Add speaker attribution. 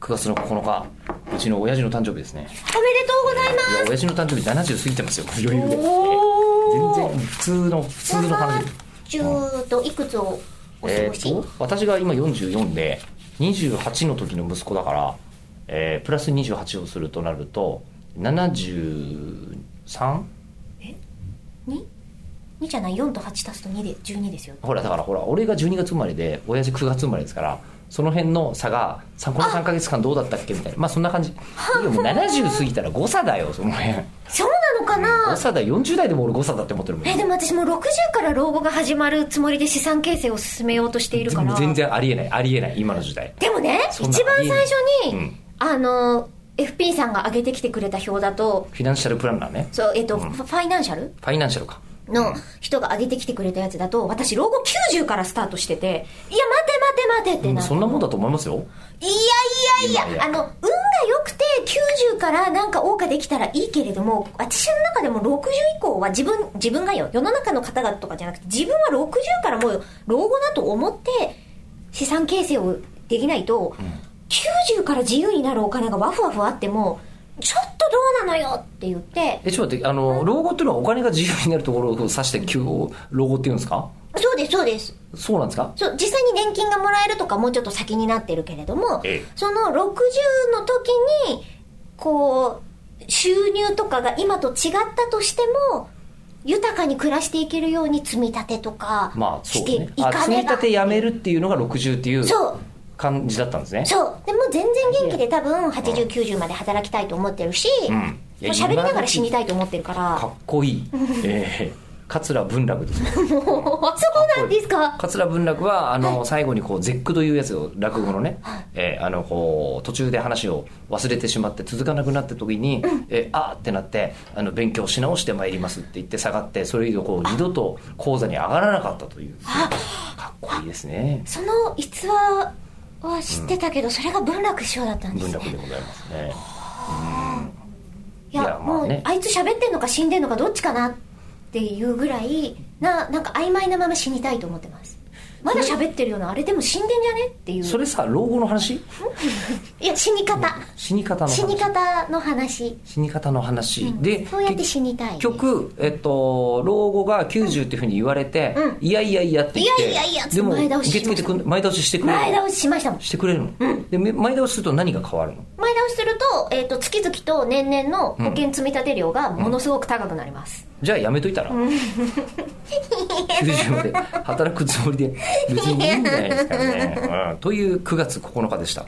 Speaker 1: 9月の9日うちの親父の誕生日ですね
Speaker 2: おめでとうございま
Speaker 1: いや親父の誕生日70過ぎてますよ 余裕で全
Speaker 2: すおー
Speaker 1: 然普通の普通の誕生日
Speaker 2: 70といくつをお過
Speaker 1: え
Speaker 2: ごし、
Speaker 1: ーっと私が今44で28の時の息子だから、えープラス28をするとなると 73?
Speaker 2: 2? 2じゃない4と8足すと2で12ですよ
Speaker 1: ほらだからほら俺が12月生まれで親父9月生まれですからその辺の差がさこの3か月間どうだったっけみたいなまあそんな感じいいよもう70過ぎたら誤差だよその辺
Speaker 2: そうなのかな
Speaker 1: 誤差だよ40代でも俺誤差だって思ってるもん
Speaker 2: えでも私もう60から老後が始まるつもりで資産形成を進めようとしているから
Speaker 1: 全然ありえないありえない今の時代
Speaker 2: でもね一
Speaker 1: そん
Speaker 2: 番
Speaker 1: な
Speaker 2: 最初に、
Speaker 1: うん
Speaker 2: あの FP さんが上げてきてくれた表だと
Speaker 1: フィナンシャルプランナーね
Speaker 2: そうえっ、と、ファイナンシャル
Speaker 1: ファイナンシャルか
Speaker 2: の人が上げてきてくれたやつだと私老後90からスタートしてていや待て待て待てってなって
Speaker 1: そんなもんだと思いますよ
Speaker 2: いやいやいや
Speaker 1: いやいや
Speaker 2: あの運が良くて90からなんか謳歌できたらいいけれども私の中でも60以降は自分自分がよ世の中の方がとかじゃなくて自分は60からもう老後だと思って資産形成をできないと、90から自由になるお金がわふわふあってもちょっとどうなのよって言って
Speaker 1: えちょっと待ってあの老後っていうのはお金が自由になるところを指して旧老後っていうんですか
Speaker 2: そうですそうです
Speaker 1: そうなんですか
Speaker 2: そう実際に年金がもらえるとかもうちょっと先になってるけれども、
Speaker 1: ええ
Speaker 2: その60の時にこう収入とかが今と違ったとしても豊かに暮らしていけるように積み立てとか
Speaker 1: まあそ
Speaker 2: し
Speaker 1: う
Speaker 2: てい
Speaker 1: ね
Speaker 2: か
Speaker 1: あ積み
Speaker 2: ねば、
Speaker 1: 立てやめるっていうのが60っていう
Speaker 2: そう
Speaker 1: 感じだったんですね
Speaker 2: そうでもう全然元気で多分8090まで働きたいと思ってるし、
Speaker 1: ん
Speaker 2: もう
Speaker 1: いや
Speaker 2: 喋りながら死にたいと思ってるから
Speaker 1: かっこいい ええ桂文楽ですね
Speaker 2: そうなんですか
Speaker 1: 桂文楽はあの最後にこう絶句というやつを落語のね、ええあのこう途中で話を忘れてしまって続かなくなった時に、ええあーってなってあの勉強し直してまいりますって言って下がってそれ以上こう二度と講座に上がらなかったというかっこいいですね
Speaker 2: その逸話は知ってたけど、それが文楽師匠だったんです
Speaker 1: 文
Speaker 2: ね
Speaker 1: 楽でございますね
Speaker 2: いや
Speaker 1: いやまあね
Speaker 2: もうあいつ喋ってんのか死んでんのかどっちかなっていうぐらいななんか曖昧なまま死にたいと思ってますまだ喋ってるようなあれでも死んでんじゃねっていう
Speaker 1: それさ老後の話
Speaker 2: いや死に方
Speaker 1: 死に方の話
Speaker 2: 死に方
Speaker 1: 死に方の
Speaker 2: の話
Speaker 1: 話、で
Speaker 2: そうやって死にたい
Speaker 1: 結局、えっと、老後が90っていうふうに言われて、
Speaker 2: うん
Speaker 1: いやいやいやって言って
Speaker 2: いやいやいやって
Speaker 1: でも
Speaker 2: 前倒し
Speaker 1: 受け付けてくん前倒ししてくれる
Speaker 2: 前倒ししましたもん
Speaker 1: してくれるの、でめ前倒しすると何が変わるの
Speaker 2: 前倒しすると,、えー、と月々と年々の保険積立料がものすごく高くなります、
Speaker 1: じゃあやめといたら、90まで働くつもりで別にいいんじゃないですかね、うんという9月9日でした